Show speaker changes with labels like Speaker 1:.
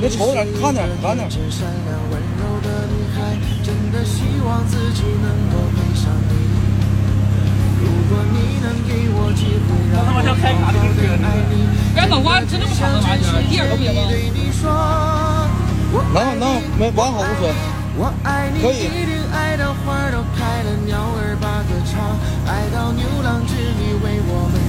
Speaker 1: 你瞅点，看点，看点。
Speaker 2: 我他妈要开卡听歌呢。
Speaker 3: 原冷瓜真这么长的玩意儿，一点都不吗？
Speaker 1: 能能没完好无损。
Speaker 4: 我爱你，
Speaker 1: 可以
Speaker 4: 一定爱到花儿都开了，鸟儿把歌唱，爱到牛郎织女为我们